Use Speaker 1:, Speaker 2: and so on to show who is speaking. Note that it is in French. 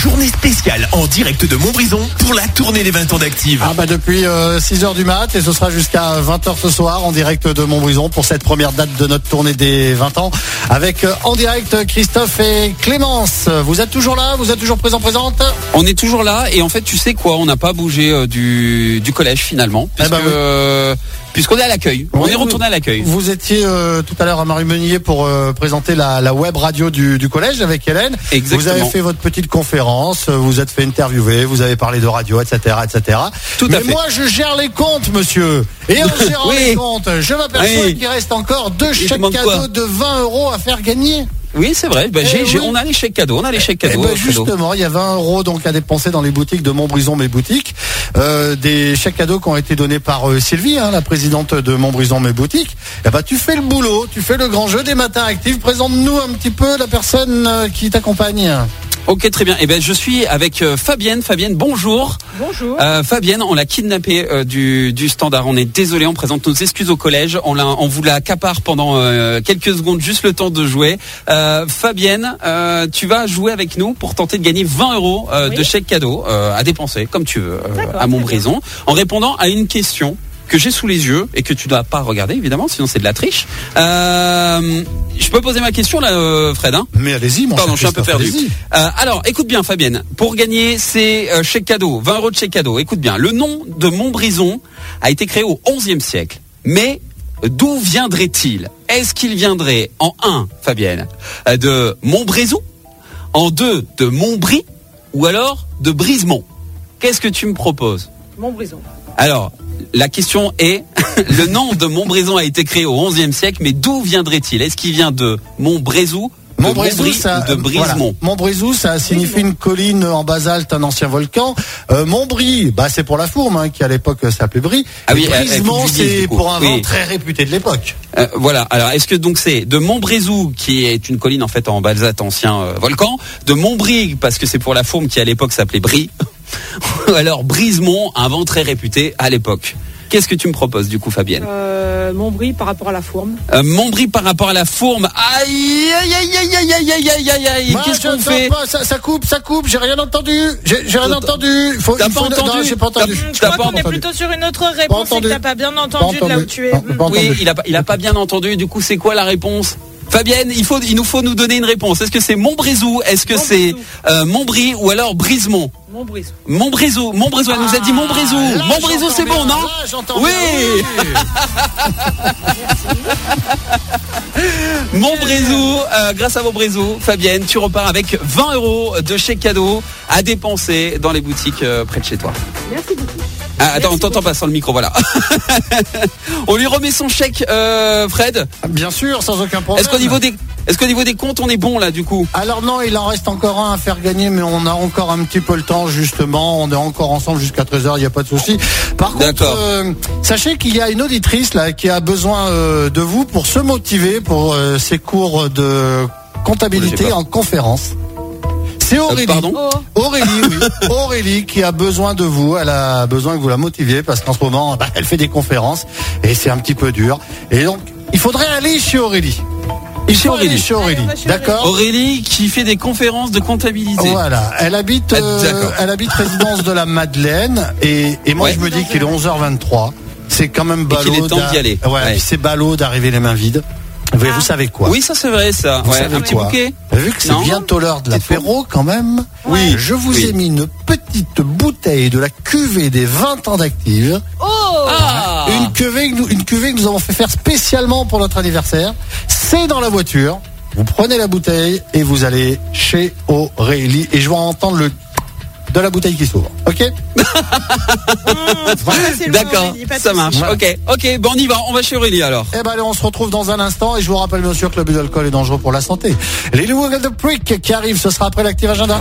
Speaker 1: journée spéciale en direct de Montbrison pour la tournée des 20 ans d'Active.
Speaker 2: Ah bah depuis 6h du mat et ce sera jusqu'à 20h ce soir en direct de Montbrison pour cette première date de notre tournée des 20 ans avec euh, en direct Christophe et Clémence. Vous êtes toujours là Vous êtes toujours présent présente
Speaker 3: On est toujours là et en fait tu sais quoi, on n'a pas bougé euh, du, du collège finalement
Speaker 2: Eh ben
Speaker 3: puisque,
Speaker 2: oui.
Speaker 3: euh, puisqu'on est à l'accueil. on
Speaker 2: Oui,
Speaker 3: est retourné
Speaker 2: vous-
Speaker 3: à l'accueil.
Speaker 2: Vous étiez euh, tout à l'heure à Marie Meunier pour euh, présenter la, la web radio du, du collège avec Hélène.
Speaker 3: Exactement.
Speaker 2: Vous avez fait votre petite conférence, euh, vous êtes fait interviewer, vous avez parlé de radio, etc. etc.
Speaker 3: Tout à
Speaker 2: Mais
Speaker 3: fait.
Speaker 2: moi, je gère les comptes, monsieur. Et en gérant
Speaker 3: Oui.
Speaker 2: les comptes, je m'aperçois
Speaker 3: Oui.
Speaker 2: qu'il reste encore deux
Speaker 3: Il te
Speaker 2: chèques
Speaker 3: manque
Speaker 2: cadeaux
Speaker 3: quoi
Speaker 2: de 20 euros à faire gagner.
Speaker 3: Oui c'est vrai, Ben,
Speaker 2: Eh
Speaker 3: j'ai- j'ai-
Speaker 2: oui.
Speaker 3: on a les chèques cadeaux, on a les chèques
Speaker 2: Eh
Speaker 3: cadeaux.
Speaker 2: ben,
Speaker 3: euh, cadeaux.
Speaker 2: justement, il y a 20 euros donc à dépenser dans les boutiques de Montbrison, mes boutiques. Euh, des chèques cadeaux qui ont été donnés par euh, Sylvie, hein, la présidente de Montbrison, mes boutiques. Eh ben, tu fais le boulot, tu fais le grand jeu des matins actifs. Présente-nous un petit peu la personne euh, qui t'accompagne.
Speaker 3: Ok très bien, et ben, je suis avec euh, Fabienne. Fabienne bonjour.
Speaker 4: Bonjour.
Speaker 3: Euh, Fabienne, on l'a kidnappée euh, du, du standard. On est désolé, on présente nos excuses au collège. On, l'a- on vous l'accapare pendant euh, quelques secondes, juste le temps de jouer. Euh, Fabienne, euh, tu vas jouer avec nous pour tenter de gagner 20 euros euh,
Speaker 4: Oui.
Speaker 3: de chèque cadeau euh, à dépenser, comme tu veux, euh,
Speaker 4: D'accord,
Speaker 3: à
Speaker 4: très
Speaker 3: Montbrison, en répondant à une question que j'ai sous les yeux et que tu ne dois pas regarder, évidemment, sinon c'est de la triche. Euh, je peux poser ma question là, euh, Fred hein
Speaker 2: Mais allez-y, mon
Speaker 3: Pardon, je suis
Speaker 2: cher
Speaker 3: un peu
Speaker 2: Christophe,
Speaker 3: perdu.
Speaker 2: allez-y.
Speaker 3: Euh, alors, écoute bien, Fabienne. Pour gagner ces euh, chèques cadeaux, 20 euros de chèques cadeaux, écoute bien. Le nom de Montbrison a été créé au XIe siècle. Mais d'où viendrait-il Est-ce qu'il viendrait en 1, Fabienne, euh, de Montbrison En 2, de Montbris Ou alors de Brisemont Qu'est-ce que tu me proposes
Speaker 4: Montbrison.
Speaker 3: alors, la question est, le nom de Montbrison a été créé au XIe siècle, mais d'où viendrait-il Est-ce qu'il vient de Montbrésou de
Speaker 2: Montbrison,
Speaker 3: Montbris,
Speaker 2: ça, euh,
Speaker 3: ou de
Speaker 2: voilà.
Speaker 3: Brismont
Speaker 2: Montbrison, ça signifie une colline en basalte, un ancien volcan. Euh, Montbris, bah, c'est pour la fourme, hein, qui à l'époque euh, s'appelait Brie.
Speaker 3: Ah oui,
Speaker 2: Et
Speaker 3: euh, avec
Speaker 2: Brisement,
Speaker 3: du disque,
Speaker 2: c'est
Speaker 3: du coup.
Speaker 2: pour un vent
Speaker 3: Oui.
Speaker 2: très réputé de l'époque.
Speaker 3: Euh, Voilà, alors est-ce que donc c'est de Montbrésou, qui est une colline en fait en Balsate, ancien euh, volcan, de Montbrig, parce que c'est pour la fourme qui à l'époque s'appelait Brie, ou alors Brisemont, un vent très réputé à l'époque Qu'est-ce que tu me proposes du coup, Fabienne
Speaker 4: Euh, Montbris par rapport à la fourme.
Speaker 3: euh, Montbris par rapport à la fourme. Aïe, aïe, aïe, aïe, aïe, aïe, aïe, aïe, aïe, aïe.
Speaker 2: Moi,
Speaker 3: Qu'est-ce qu'on
Speaker 2: j'entends
Speaker 3: fait
Speaker 2: pas, ça, ça coupe, ça coupe, j'ai rien entendu. J'ai j'ai rien
Speaker 3: T'as-
Speaker 2: entendu. Faut,
Speaker 3: t'as
Speaker 2: il
Speaker 3: pas
Speaker 2: faut- non,
Speaker 3: entendu.
Speaker 2: j'ai pas entendu.
Speaker 3: T'as-
Speaker 5: Je
Speaker 3: T'as
Speaker 5: crois
Speaker 3: pas
Speaker 5: qu'on est
Speaker 2: entendu.
Speaker 5: plutôt sur une autre réponse et
Speaker 2: entendu.
Speaker 5: que t'as pas bien
Speaker 2: Pas
Speaker 5: entendu de là
Speaker 2: entendu.
Speaker 5: où tu es.
Speaker 2: Non, j'ai pas
Speaker 3: Oui,
Speaker 2: entendu.
Speaker 3: il a, pas- il a pas bien entendu. Du coup, c'est quoi la réponse Fabienne, il, faut, il nous faut nous donner une réponse. Est-ce que c'est Montbrésou Est-ce que c'est
Speaker 4: Montbrésou.
Speaker 3: euh, Montbris ou alors Brisemont
Speaker 4: Montbrison.
Speaker 3: Montbrésou, Montbrésou, elle nous a dit Montbrésou.
Speaker 2: Ah, là,
Speaker 3: Montbrésou,
Speaker 2: j'entends
Speaker 3: c'est
Speaker 2: bien,
Speaker 3: bon, non
Speaker 2: là, j'entends
Speaker 3: Oui.
Speaker 2: bien, oui.
Speaker 3: Montbrésou, euh, grâce à Montbrésou, Fabienne, tu repars avec 20 euros de chèque cadeau à dépenser dans les boutiques euh, près de chez toi.
Speaker 4: Merci beaucoup.
Speaker 3: Ah, attends, on t'entend pas sans le micro, voilà. on lui remet son chèque, euh, Fred.
Speaker 2: Bien sûr, sans aucun problème.
Speaker 3: Est-ce qu'au niveau des, est-ce qu'au niveau des comptes, on est bon là, du coup
Speaker 2: Alors non, il en reste encore un à faire gagner, mais on a encore un petit peu le temps justement. On est encore ensemble jusqu'à 13h, il n'y a pas de souci. Par contre,
Speaker 3: D'accord.
Speaker 2: euh, sachez qu'il y a une auditrice là qui a besoin euh, de vous pour se motiver pour euh, ses cours de
Speaker 3: J'ai
Speaker 2: comptabilité
Speaker 3: pas.
Speaker 2: en conférence. C'est Aurélie.
Speaker 5: Euh,
Speaker 3: pardon
Speaker 4: Oh,
Speaker 2: Aurélie, oui. Aurélie qui a besoin de vous. Elle a besoin que vous la motiviez parce qu'en ce moment, bah, elle fait des conférences et c'est un petit peu dur. Et donc, il faudrait aller chez Aurélie. Il
Speaker 3: Chez
Speaker 2: faut aller
Speaker 3: Aurélie.
Speaker 2: chez Aurélie.
Speaker 4: Allez, on va chez
Speaker 2: D'accord
Speaker 3: Aurélie qui fait des conférences de comptabilité.
Speaker 2: voilà, elle habite,
Speaker 3: Oh, Ah,
Speaker 2: euh,
Speaker 3: d'accord.
Speaker 2: elle habite résidence de la Madeleine et, et moi
Speaker 3: Ouais.
Speaker 2: je me dis qu'il est 11h23. C'est quand même ballot.
Speaker 3: qu'il est temps
Speaker 2: d'a-
Speaker 3: d'y aller.
Speaker 2: Ouais,
Speaker 3: Ouais.
Speaker 2: puis c'est ballot d'arriver les mains vides. Mais vous savez
Speaker 4: Ah.
Speaker 2: quoi
Speaker 3: Oui, ça c'est vrai, ça.
Speaker 2: Vous
Speaker 3: Ouais,
Speaker 2: savez
Speaker 3: un petit
Speaker 2: quoi
Speaker 3: bouquet.
Speaker 2: Vu que c'est
Speaker 3: Non.
Speaker 2: bientôt l'heure de
Speaker 3: Petite
Speaker 2: l'apéro quand même, oui, je vous
Speaker 3: Oui.
Speaker 2: ai mis une petite bouteille de la cuvée des 20 ans d'active.
Speaker 4: oh
Speaker 3: Ah.
Speaker 2: Une, cuvée que nous, une cuvée que nous avons fait faire spécialement pour notre anniversaire. C'est dans la voiture. Vous prenez la bouteille et vous allez chez Aurélie. Et je vais entendre le de la bouteille qui s'ouvre. Ok Eh
Speaker 5: Ah,
Speaker 3: D'accord, ça marche. Ok, ok, bon on y va, on va chez Aurélie alors.
Speaker 2: Eh ben allez, on se retrouve dans un instant. Et je vous rappelle bien sûr que le but d'alcool est dangereux pour la santé. Les nouveaux de Prick qui arrivent, ce sera après l'active agenda.